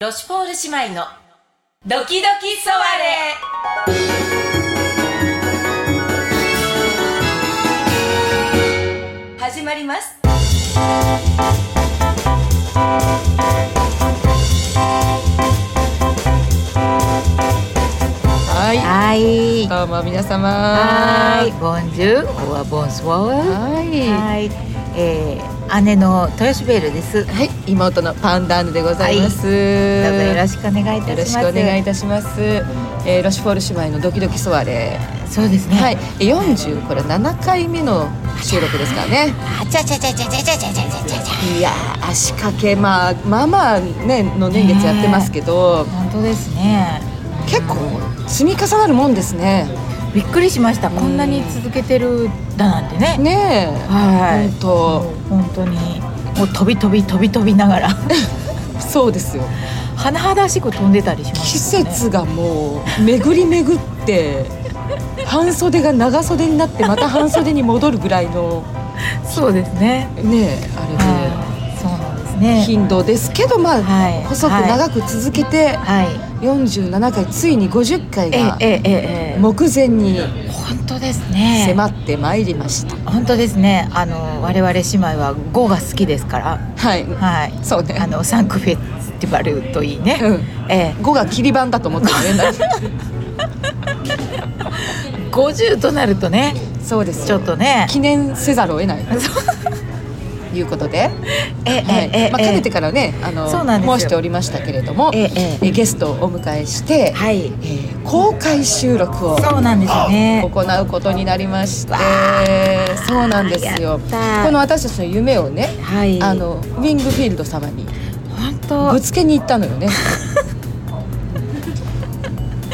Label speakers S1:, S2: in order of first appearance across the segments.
S1: ロシュポール姉妹のドキドキソワレ始まります
S2: はい。
S1: はい
S2: どうも皆様。
S1: はいボンジューオアボンスワワ
S2: はい。
S1: はい、えー、姉の豊洲ベールですど
S2: はい。妹のパンダーヌでございます。
S1: うぞよろ
S2: し
S1: しくお願いいたし
S2: よ
S1: ます
S2: ろしくお願いいたします。えー、ロシュフォール姉妹のドキドキソワレ。
S1: そうですね、
S2: はい。えー40これ7回目の収録ですからね。
S1: あちゃちゃちゃちゃちゃちゃちゃちゃちゃちゃち
S2: いやー足掛けまあまあまあねの年月やってますけど、
S1: ゃ本当ですね
S2: 結構積み重なるもんですね。
S1: びっくりしましたこんなに続けてるだなんてね
S2: ねえ。
S1: はい
S2: 本当
S1: 本当にもう飛び飛び飛び飛びながら
S2: そうですよ。
S1: 甚だしく飛んでたりします
S2: 季節がもう巡り巡って半袖が長袖になってまた半袖に戻るぐらいの
S1: そうですね
S2: ねあ
S1: はいそうなんです
S2: れで
S1: ね
S2: 頻度ですけどまあ
S1: はい
S2: 細く長く続けて
S1: はい、
S2: 47回ついに50回
S1: え
S2: が
S1: ええええ
S2: 目前に
S1: え本当ですね
S2: 迫ってまいりました。
S1: 本当ですねあの我々姉妹は語が好きですから
S2: はい
S1: はい
S2: そう
S1: あ
S2: ね
S1: のサンクフェスティバルといいね、
S2: うん
S1: え
S2: 語が切り板だと思ってる ね
S1: え50となるとね
S2: そうですよ
S1: ちょっとね
S2: 記念せざるを得ないいうことで、
S1: ええ
S2: はい
S1: ええ
S2: まあ、かねてからねあの
S1: そうなんですよ
S2: 申しておりましたけれども、
S1: ええええ
S2: えゲストをお迎えして、
S1: はい
S2: えー公開収録を
S1: そうなんですね
S2: 行うことになりましてそうなんです
S1: や
S2: よ
S1: ったー
S2: この私たちの夢をね
S1: はい
S2: あのウィングフィールド様に
S1: 本当
S2: ぶつけに行ったのよ ね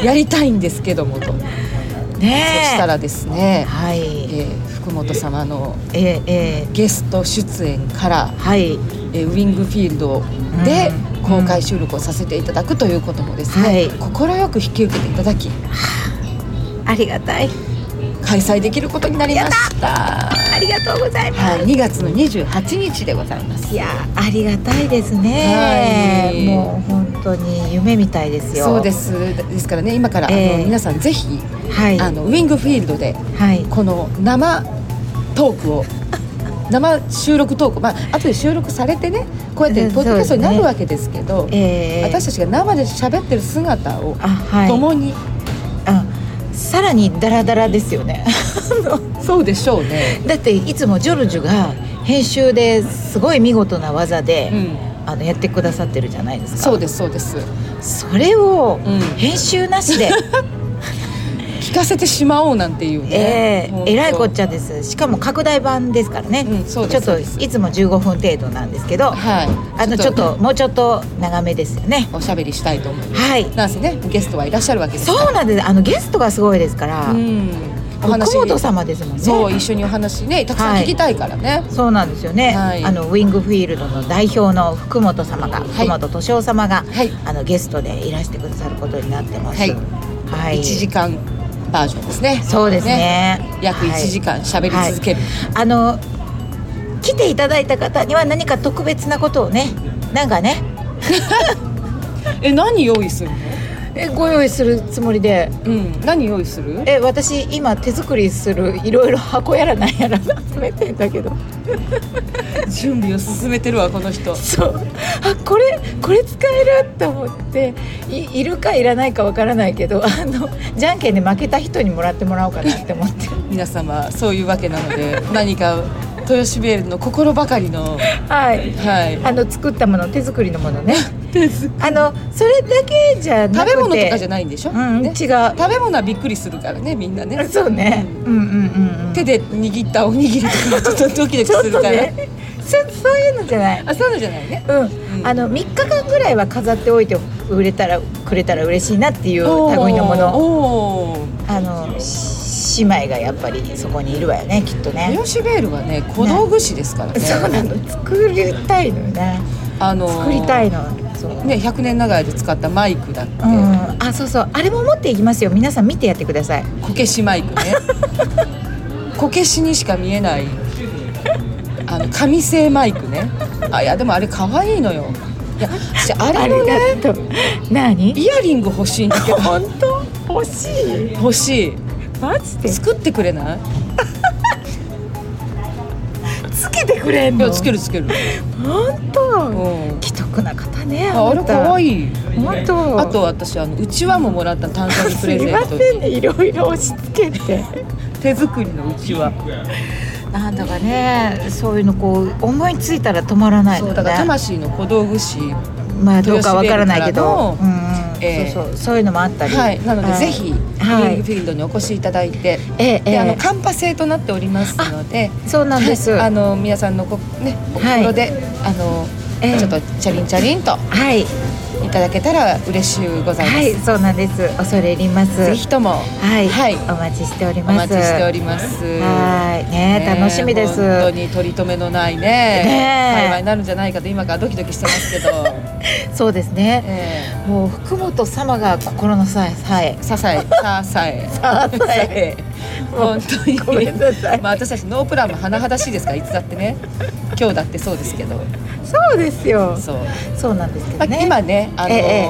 S2: やりたいんですけどもと、
S1: ね
S2: そしたらですね、
S1: はい
S2: えー福本様の
S1: えええ
S2: ゲスト出演から
S1: えはい
S2: えーウィングフィールドで
S1: うん
S2: 公開収録をさせていただくということもです
S1: は
S2: ね
S1: い
S2: 快く引き受けていただき
S1: ありがたい
S2: 開催できることになりました
S1: ありがとうございます、
S2: はい、2月の28日でございます
S1: いやありがたいです
S2: は
S1: ね、
S2: い
S1: もう本当に夢みたいですよ
S2: そうですですからね今から、あの
S1: ええ
S2: 皆さんぜひ、
S1: はい
S2: あのウィングフィールドで
S1: はい
S2: この生トークを 生収録トークまあ後で収録されてねこうやっ
S1: うん
S2: てポッドキャストにな
S1: そうですね
S2: るわけですけど、
S1: ええ
S2: 私たちが生で喋ってる姿を
S1: あはい
S2: 共に、
S1: あさらにダラダラですよね
S2: そうでしょうね、
S1: だっていつもジョルジュが編集ですごい見事な技で、
S2: うん、
S1: あのやってくださってるじゃないですか
S2: そうですそうです
S1: それを
S2: うん
S1: 編集 なしで、
S2: 聞かせてしまおうなんていう
S1: え
S2: ね
S1: ええらいこっ
S2: ゃ
S1: ちゃですしかも拡大版ですからね、
S2: うんそう
S1: ち
S2: で
S1: ょっ
S2: す
S1: といつも15分程度なんですけど、
S2: はい
S1: あのちょっともうちょっと長めですよね。
S2: おしゃべりしたいと思います
S1: はい。
S2: なんせねゲストはいらっしゃるわけです
S1: そうなんです。あのゲストがすごいですから、
S2: うんお話
S1: 福本様ですもんね。
S2: そう一緒にお話ねたくさん
S1: はい
S2: 聞きたいからね、
S1: そうなんですよね。
S2: はい
S1: あのウィングフィールドの代表の福本様が、
S2: はい
S1: 福本敏夫様が、
S2: はい
S1: あのゲストでいらしてくださることになってます。
S2: はい
S1: は
S2: 一1時間バージョンですね
S1: そうですね。
S2: 約1時
S1: 間。
S2: 間しゃべり続ける、
S1: あの来ていただいた方には何か特別なことをね、なんかね、
S2: え何用意するの
S1: えご用意するつもりで。
S2: うん何用意する
S1: え私今手作りするいろいろ箱やらなんやら 集めてんだけど
S2: 準備を進めてるわこの人
S1: そうあこれこれ使えると思っていいるかいらないかわからないけどあのじゃんけんで負けた人にもらってもらおうかなって思って
S2: 皆様そういうわけなので何か豊シベールの心ばかりの
S1: はい
S2: はい
S1: あの作ったもの手作りのものね
S2: 手作
S1: あのそれだけじゃ
S2: 食
S1: なくて
S2: べ物とかじゃ
S1: い
S2: ないんでしょ、
S1: うん、
S2: ね
S1: 違
S2: 食べ物はびっくりするからねみんな
S1: う
S2: ね
S1: そうねうんうんうんうん
S2: 手で握ったおにぎりとかちょっ とドキドキ
S1: ちょっ
S2: する
S1: と
S2: から、
S1: ねそそういうのじゃない
S2: あそういうのじゃないね
S1: うん
S2: うん
S1: あの3日間ぐらいは飾っておいて売れたらくれたら嬉しいなっていう類のもの
S2: おお
S1: あのし姉妹がやっぱりそこにいるわよねきっとね
S2: ヨシベールはね小道具師ですからね
S1: そうなの作りたいのよね
S2: あのー
S1: 作りたいのそう、
S2: ね100年長屋で使ったマイクだって、
S1: うん、あそうそうあれも持っていきますよ皆さん見てやってください
S2: こけしマイク ねこけしにしか見えないあの紙製マイクねあいやでもあれ可愛いのよいや私あ
S1: あ
S2: れのね
S1: りがとう何
S2: イヤリング欲しいんだけど
S1: 本当欲しい
S2: 欲し
S1: マジで
S2: い作ってくれない
S1: つけてくれん
S2: い
S1: の
S2: やつけるつける、
S1: 本
S2: う
S1: 当
S2: ん、
S1: 既得な方ね
S2: ああれ可
S1: い
S2: 愛い
S1: 本当
S2: あと私あのうちわももらった誕生日プ
S1: す
S2: レ
S1: み
S2: ゼン
S1: ま
S2: ト
S1: せんねいろいろ押し付けて
S2: 手作りのうちわ
S1: なんだかねそういうのこう思いついたら止まらない
S2: そ
S1: の
S2: うだから
S1: ね
S2: 魂の小道具誌
S1: まあどうかわからないけど
S2: 豊洲
S1: うんうん
S2: えー
S1: そうそうそういうのもあったり
S2: はいなのでぜひリングフ
S1: はい
S2: ィールドにお越しいただいて、
S1: えええ
S2: であの
S1: え
S2: カンパ制となっておりますので
S1: そうなんです
S2: はいあ
S1: は
S2: の皆さんのごねお
S1: はい
S2: 心で、あの、
S1: ええ
S2: ちょっとチャリンチャリンと
S1: い
S2: いただけたら嬉しゅうございます、
S1: はいそうなんです恐れ入ります
S2: ぜひとも
S1: はい、
S2: はい
S1: お待ちしており
S2: お
S1: ま
S2: 待
S1: す。
S2: ちしております
S1: はい、ね
S2: ねえ
S1: 楽しみです。
S2: 本当に取り留めのないね
S1: ねえ
S2: 会話になるんじゃないかと今からドキドキしてますけ ど、
S1: そうですね。
S2: え
S1: もう福本様が心のさえ、さえ
S2: え、ささえささえ
S1: ささえ、
S2: ええ 本当に
S1: ごめんなさい
S2: まあ私たちノープランも甚だしいですからいつだってね今日だってそうですけど
S1: そうですよ。
S2: そう、
S1: そうなんですけ
S2: ま
S1: ど
S2: あ、
S1: ね。
S2: 今ねあの、
S1: ええ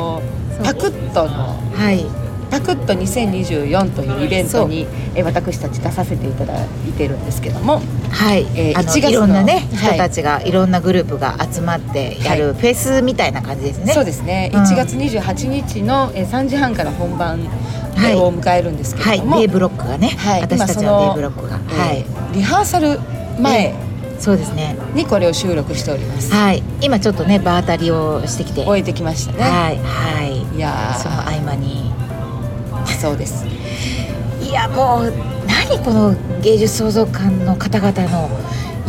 S1: そう
S2: パクッとの
S1: はい、
S2: パクッと2024というイベントにえ私たち出させていただいてるんですけども
S1: はい、
S2: えー
S1: あ
S2: 1
S1: の
S2: 月の
S1: いろんなね、
S2: はい
S1: 人たちがいろんなグループが集まってやるフェスみたいな感じですね。
S2: そうですね、
S1: うん
S2: 1月28日のえー3時半から本番を
S1: い
S2: 迎えるんですけ
S1: は
S2: れ
S1: い、
S2: ども、
S1: D ブロックがね、
S2: はい
S1: 私たち
S2: 今そ
S1: の
S2: の
S1: D ブロックが、
S2: えー
S1: はい、
S2: リハーサル前
S1: そうですね。
S2: にこれを収録しております、
S1: はい、今ちょっとね場当たりをしてきて、
S2: 終えてきましたね、、
S1: はい、はい
S2: や
S1: い、その合間に。
S2: ーそうです
S1: いやもう何この芸術創造館の方々の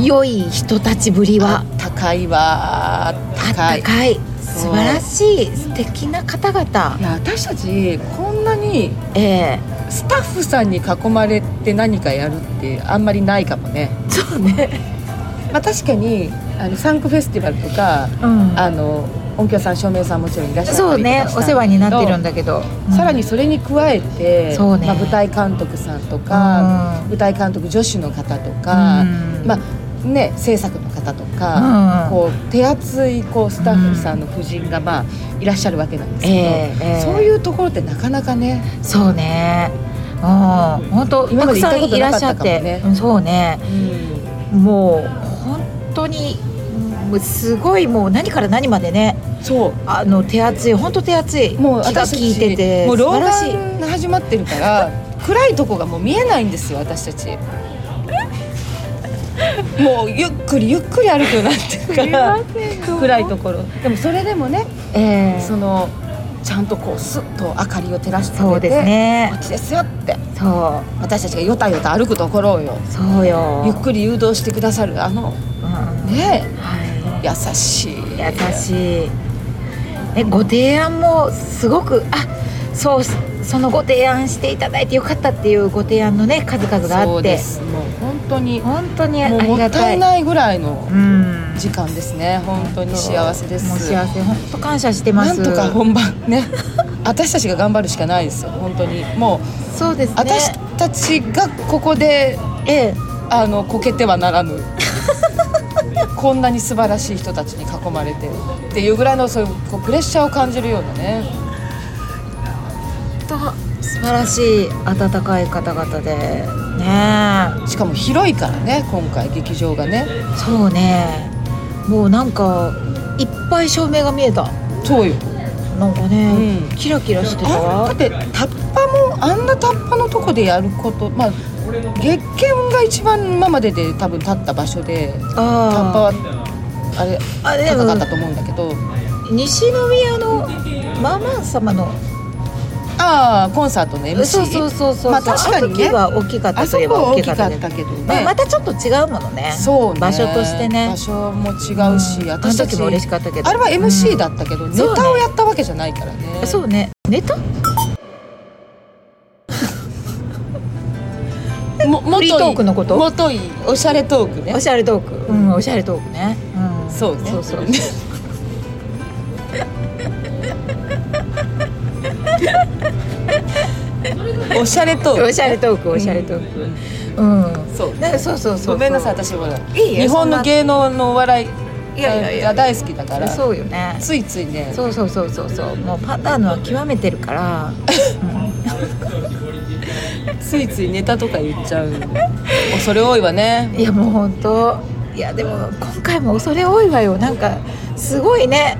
S1: 良い人たちぶりは
S2: 高いわ
S1: あっ
S2: 高い
S1: たかい
S2: そ
S1: 素
S2: う
S1: 晴らしい素敵な方々
S2: いや私たちこんなに
S1: ええ
S2: スタッフさんに囲まれて何かやるってあんまりないかもね、
S1: そうね
S2: まあ、確かにあのサンクフェスティバルとか
S1: うん
S2: あの音響さん照明さんもちろんいらっしゃったりとか
S1: そうね
S2: した
S1: お
S2: んだけ
S1: 世
S2: ど
S1: 話になってるんだけど、
S2: さらにそれに加えて、
S1: そうね
S2: まあ、舞台監督さんとか、
S1: うん
S2: 舞台監督助手の方とか、
S1: うん
S2: まあね、制作の方とか、
S1: うん
S2: こう手厚いこうスタッフさんの夫人が、まあ、いらっしゃるわけなんですけど、
S1: ええええ
S2: そういうところってなかなかね、
S1: そうねうん本当
S2: 今
S1: た
S2: ま
S1: く
S2: で行っ
S1: さ
S2: た
S1: ん
S2: こと
S1: い
S2: な
S1: ら
S2: か
S1: っ
S2: っ
S1: しゃ
S2: た
S1: っ
S2: かもね
S1: てうんそうねもう本当にうんすごいもう何から何までね
S2: そ
S1: あの手厚い本当手厚いう
S2: もう
S1: 気
S2: 私
S1: が
S2: たち
S1: 利いてて
S2: もう
S1: 素
S2: 老
S1: 晴らしい
S2: 眼が始まってるから暗いとこがもう見えないんですよ私たち。もうゆっくりゆっくり歩くようになってるから。暗いところでもそれでもね、
S1: ええ
S2: そのちゃんとこうスッと明かりを照らしてあげて
S1: そうです
S2: こ
S1: ね
S2: っちですよって
S1: そ
S2: 私たちがよたよた歩くところをよ
S1: うそうよ
S2: ゆっくり誘導してくださるあの
S1: うん
S2: ね
S1: は
S2: 優しい
S1: い優しいえご提案もすごくあそうそのご提案していただいてよかったっていうご提案のね数々があ
S2: そう
S1: っ
S2: で
S1: て
S2: すもう本当にも
S1: 本当にあ
S2: う
S1: り
S2: も
S1: が
S2: った
S1: た
S2: い
S1: い
S2: ないぐらいの
S1: うん
S2: 時間ですね本当に幸せです
S1: もう幸せ本当感謝してま
S2: な
S1: す
S2: んとか本番 ね私たちが頑張るしかないですよ本当にもう
S1: そうですね
S2: 私たちがここで
S1: ええ
S2: あのこけてはならぬ こんなに素晴らしい人たちに囲まれてっていうぐらいのそういうこうプレッシャーを感じるようなね
S1: 本当素晴らしい温かい方々でねえ
S2: しかも広いからね今回劇場がね
S1: そうねもうなんかいっぱい照明が見えた
S2: そうよ
S1: なんかね、
S2: うん
S1: キラキラしてた
S2: あだ
S1: わ
S2: ってタッパもあんなタッパのとこでやることまあ月見が一番今までで多分立った場所でタッパ
S1: あ
S2: はあれ
S1: ああで
S2: 高
S1: も
S2: かったと思うんだけど
S1: 西宮のママ様の
S2: ああコンサートの MC
S1: そうそうそうそう、
S2: まあ確かにね
S1: あの時は大きかった
S2: あそ
S1: といえ
S2: こ
S1: ば
S2: は
S1: 大
S2: 大
S1: き
S2: き
S1: かっ
S2: か
S1: た
S2: っ
S1: けど
S2: たけど
S1: まあ、
S2: ね
S1: またちょっと違うものね
S2: そうね
S1: 場所としてね
S2: 場所も違うし、
S1: んあの
S2: 私たち
S1: 時も嬉しかったけど
S2: あれは MC
S1: だ、
S2: だったけど、ネ
S1: そうね
S2: タをやったわけじゃないからね
S1: うんそうねネタ
S2: もも
S1: フリートークのこと
S2: もといおしゃれトークね
S1: おしゃれトークうんおしゃれトークね、うん、
S2: そうね
S1: そうそう
S2: おしゃれトーク
S1: おしゃれトークおしゃれトークうん
S2: そう
S1: ねそうそうそうそう
S2: ごめんなさい私ほら
S1: いいえ
S2: 日本の芸能のお笑い
S1: いやいやいや
S2: が大好きだから
S1: そうよね
S2: ついついね
S1: そうそうそうそうそうもうパターンは極めてるから、
S2: ついついネタとか言っちゃう 恐れ多いわね
S1: いやもう本当いやでも今回も恐れ多いわよなんかすごいね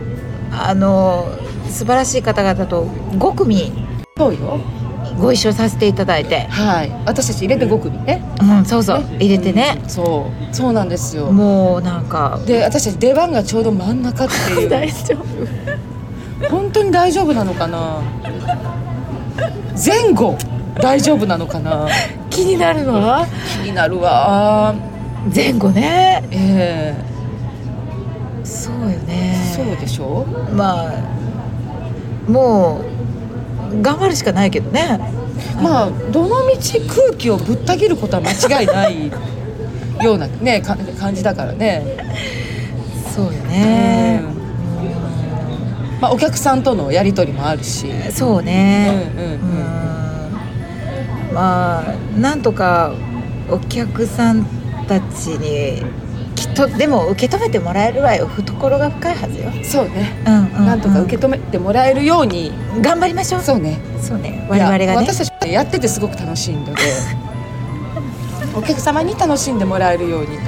S1: あの素晴らしい方々と5組
S2: そうよ
S1: ご一緒させていただいて、
S2: はい私たち入れて5組ね
S1: うん、そうそう入れてね
S2: うんそうそうなんですよ
S1: もうなんか
S2: で私たち出番がちょうど真ん中って いう
S1: 丈夫
S2: 本当に大丈夫なのかな前後大丈夫なのかな
S1: 気になるのは
S2: 気になるわ
S1: 前後ね
S2: ええ
S1: そうよね
S2: そうでしょ
S1: まあもう頑張るしかないけどね
S2: まあどの道空気をぶった切ることは間違いないような、ね、か感じだからね、
S1: そうよね、
S2: まあ、お客さんとのやり取りもあるし、うん
S1: そう
S2: う
S1: ね、うん
S2: ん
S1: まあなんとかお客さんたちにきっとでも受け止めてもらえるわよ懐が深いはずよ、
S2: うん、そうね、
S1: うんうん
S2: なんとか受け止めてもらえるように、
S1: 頑張りましょう
S2: そうね
S1: そうね我々が
S2: い
S1: ね
S2: や私たちねやっててすごく楽しいの でお客様に楽しんでもらえるようにという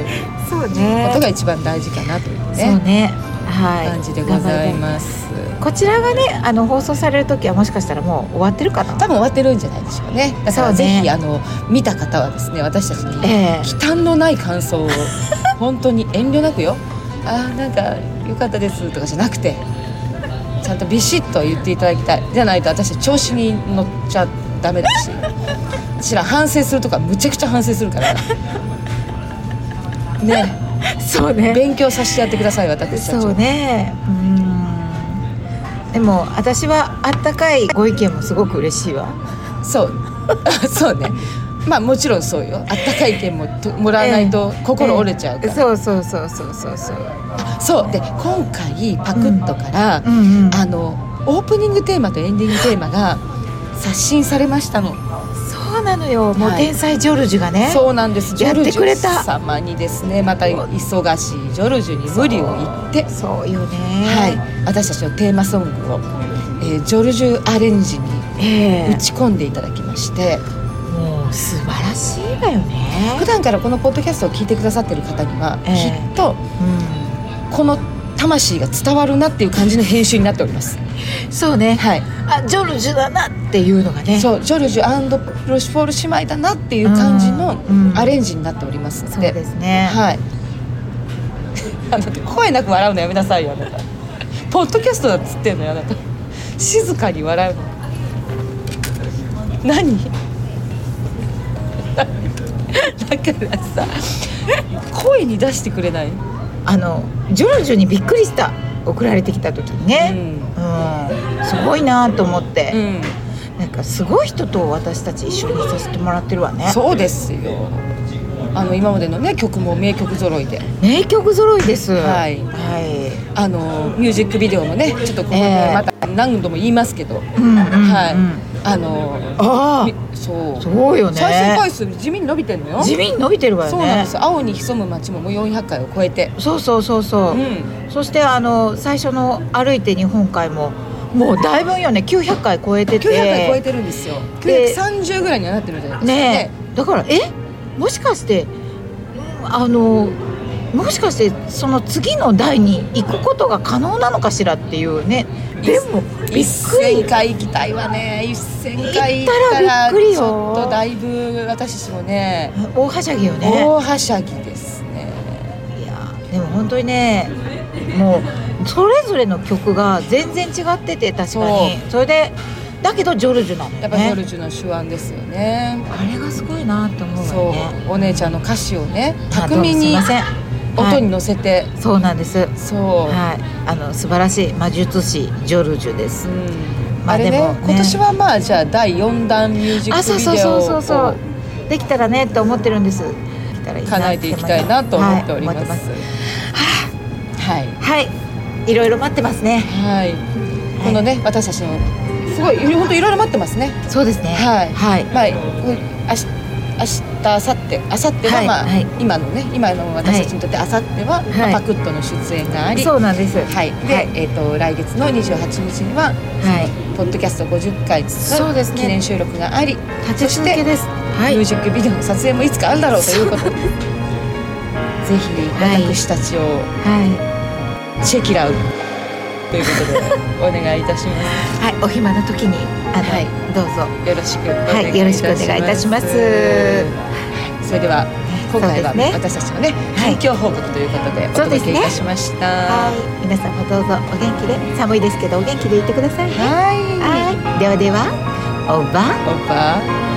S1: そう
S2: こと
S1: ね
S2: が一番大事かなという
S1: そう
S2: ね
S1: ねはい
S2: 感じでござい
S1: す
S2: ます
S1: こちらがねあの放送される時はもしかしたらもう終わってるかな
S2: 多分終わってるんじゃないでしょうかねだから
S1: そう
S2: ぜ
S1: ね
S2: ひ、あの見た方はですね私たちに
S1: ええ
S2: 忌憚のない感想 を本当に遠慮なくよあーなんか良かったですとかじゃなくてちゃんとビシッと言っていただきたいじゃないと私たち調子に乗っちゃダメだし私ら反省するとかむちゃくちゃ反省する からね
S1: そうね
S2: 勉強させてやってください私たちは
S1: そうねうんでも私はあったかいご意見もすごく嬉しいわ
S2: そう そうねまあもちろんそうよあったかい意見もともらわないと心折れちゃうから、
S1: ええそうそうそうそうそうそう
S2: そうで今回パクッとから、
S1: うんうん
S2: あのオープニングテーマとエンディングテーマが刷新されましたの
S1: そうなのよもう
S2: はい
S1: 天才ジョルジュがね、
S2: そうなんですジョ
S1: やっ
S2: ル
S1: て
S2: ジ
S1: くれた
S2: ュ様にですねまた忙しいジョルジュに無理を言って、
S1: そうよね
S2: はい、私たちのテーマソングを、えージョルジュアレンジに
S1: ええ
S2: 打ち込んでいただきまして、
S1: もう素晴らしいわよ
S2: 普
S1: ね
S2: 段からこのポッドキャストを聞いてくださってる方には、
S1: ええ
S2: きっとこの魂が伝わるなっていう感じの編集になっております。
S1: うんそうね、
S2: はい
S1: あジョルジュだなっていうのがね
S2: そうジョルジュロシュフォール姉妹だなっていう感じの
S1: うん
S2: アレンジになっております
S1: そ
S2: の
S1: う
S2: で,、
S1: ですね、
S2: はい あなた声なく笑うのやめなさいよあなたポッドキャストだっつってんのよあなた静かに笑うの何 だからさ声に出してくれない、
S1: あのジョルジュにびっくりした送られてきた時に
S2: う
S1: ね、
S2: ん
S1: うんすごいなと思って、
S2: うん、
S1: なんかすごい人と私たち一緒にさせてもらってるわね
S2: そうですよあの今までのね曲も名曲揃いで
S1: 名曲揃いです
S2: はい
S1: はい
S2: あのミュージックビデオもねちょっとここで
S1: ええ
S2: また何度も言いますけど、
S1: うんうんうん
S2: はいあの
S1: あ
S2: みそう
S1: あそうよね
S2: 再生回数地味に伸びてんのよ
S1: 地味に伸びてるわよね
S2: そうなんですよ青に潜む街ももう400回を超えて
S1: そうそうそうそうう、
S2: ん
S1: そしてあの最初の「歩いて日本海」ももうだいぶよね900回超えてて
S2: 900回超えてるんですよ
S1: で
S2: 930ぐらいにはなってるんじゃないですか
S1: ねえだからえもしかしてうんあのもしかしてその次の代に行くことが可能なのかしらっていうねでもびっくり
S2: 1000回行きたいわね1000回行っ
S1: 行ったた
S2: ら
S1: ら
S2: ち
S1: びっくりよ
S2: ょっとだいぶ私たちもね
S1: 大はしゃぎよね
S2: 大はしゃぎですね
S1: いやでも本当にねもうそれぞれの曲が全然違ってて確かにそれでだけどジョルジュなの
S2: や
S1: よ
S2: っぱジョ
S1: ね
S2: ルジュの手腕ですよね
S1: あれがすごいなと思う
S2: そ
S1: わね
S2: うお姉ちゃんの歌詞をね
S1: まあ
S2: 巧みに
S1: どうもすいませんはい
S2: 音に乗せて、
S1: そうなんですはい
S2: そう、
S1: あの素晴らしい魔術師ジョルジュで
S2: う
S1: す
S2: ん
S1: まあ
S2: あれね
S1: でもね
S2: 今年はまあじゃあ第4弾ミュージッ
S1: あ
S2: ク
S1: そう
S2: ビ
S1: そう
S2: デオ
S1: そうそうそう
S2: を
S1: できたらねと思ってるんですできたらいいな
S2: 叶えていきたいなと思っております。
S1: はい思って
S2: はい、
S1: ますはいいろいろ待ってますね
S2: はい、このね私たちのすごい本当いろいろ待ってますね。
S1: そうですね
S2: はい
S1: はい
S2: まあこう明日明日明後日明後日は
S1: はい
S2: まあ、
S1: はい
S2: 今のね今の私たちにとって明後日は、まあ
S1: はい
S2: パクッとの出演があり、
S1: そうなんです。
S2: はい、で、
S1: はい
S2: えっ、と来月の28日には
S1: はい。
S2: ポッドキャスト50回
S1: そうです
S2: の
S1: ね
S2: 記念収録があり、
S1: 立ち続けです。は
S2: ミュー
S1: い。
S2: ジックビデオの撮影もいつかあるだろうということで ぜひ
S1: はい
S2: 私たちを
S1: は
S2: チェキラウということでお願いいたしま
S1: い。はい。お暇の時にあの、
S2: はい
S1: どうぞ。
S2: すよろしくお願いいたします、
S1: はい。よろしくお願いいたします。
S2: それでは今回は
S1: そうですね
S2: 私たちのね
S1: はい
S2: 近況報告ということでお
S1: そう
S2: 届
S1: です
S2: け
S1: ね
S2: いたしました、
S1: はい。皆さんもどうぞお元気で寒いですけどお元気でいてくださいね。
S2: はい
S1: はい。ではではおば。
S2: オッパー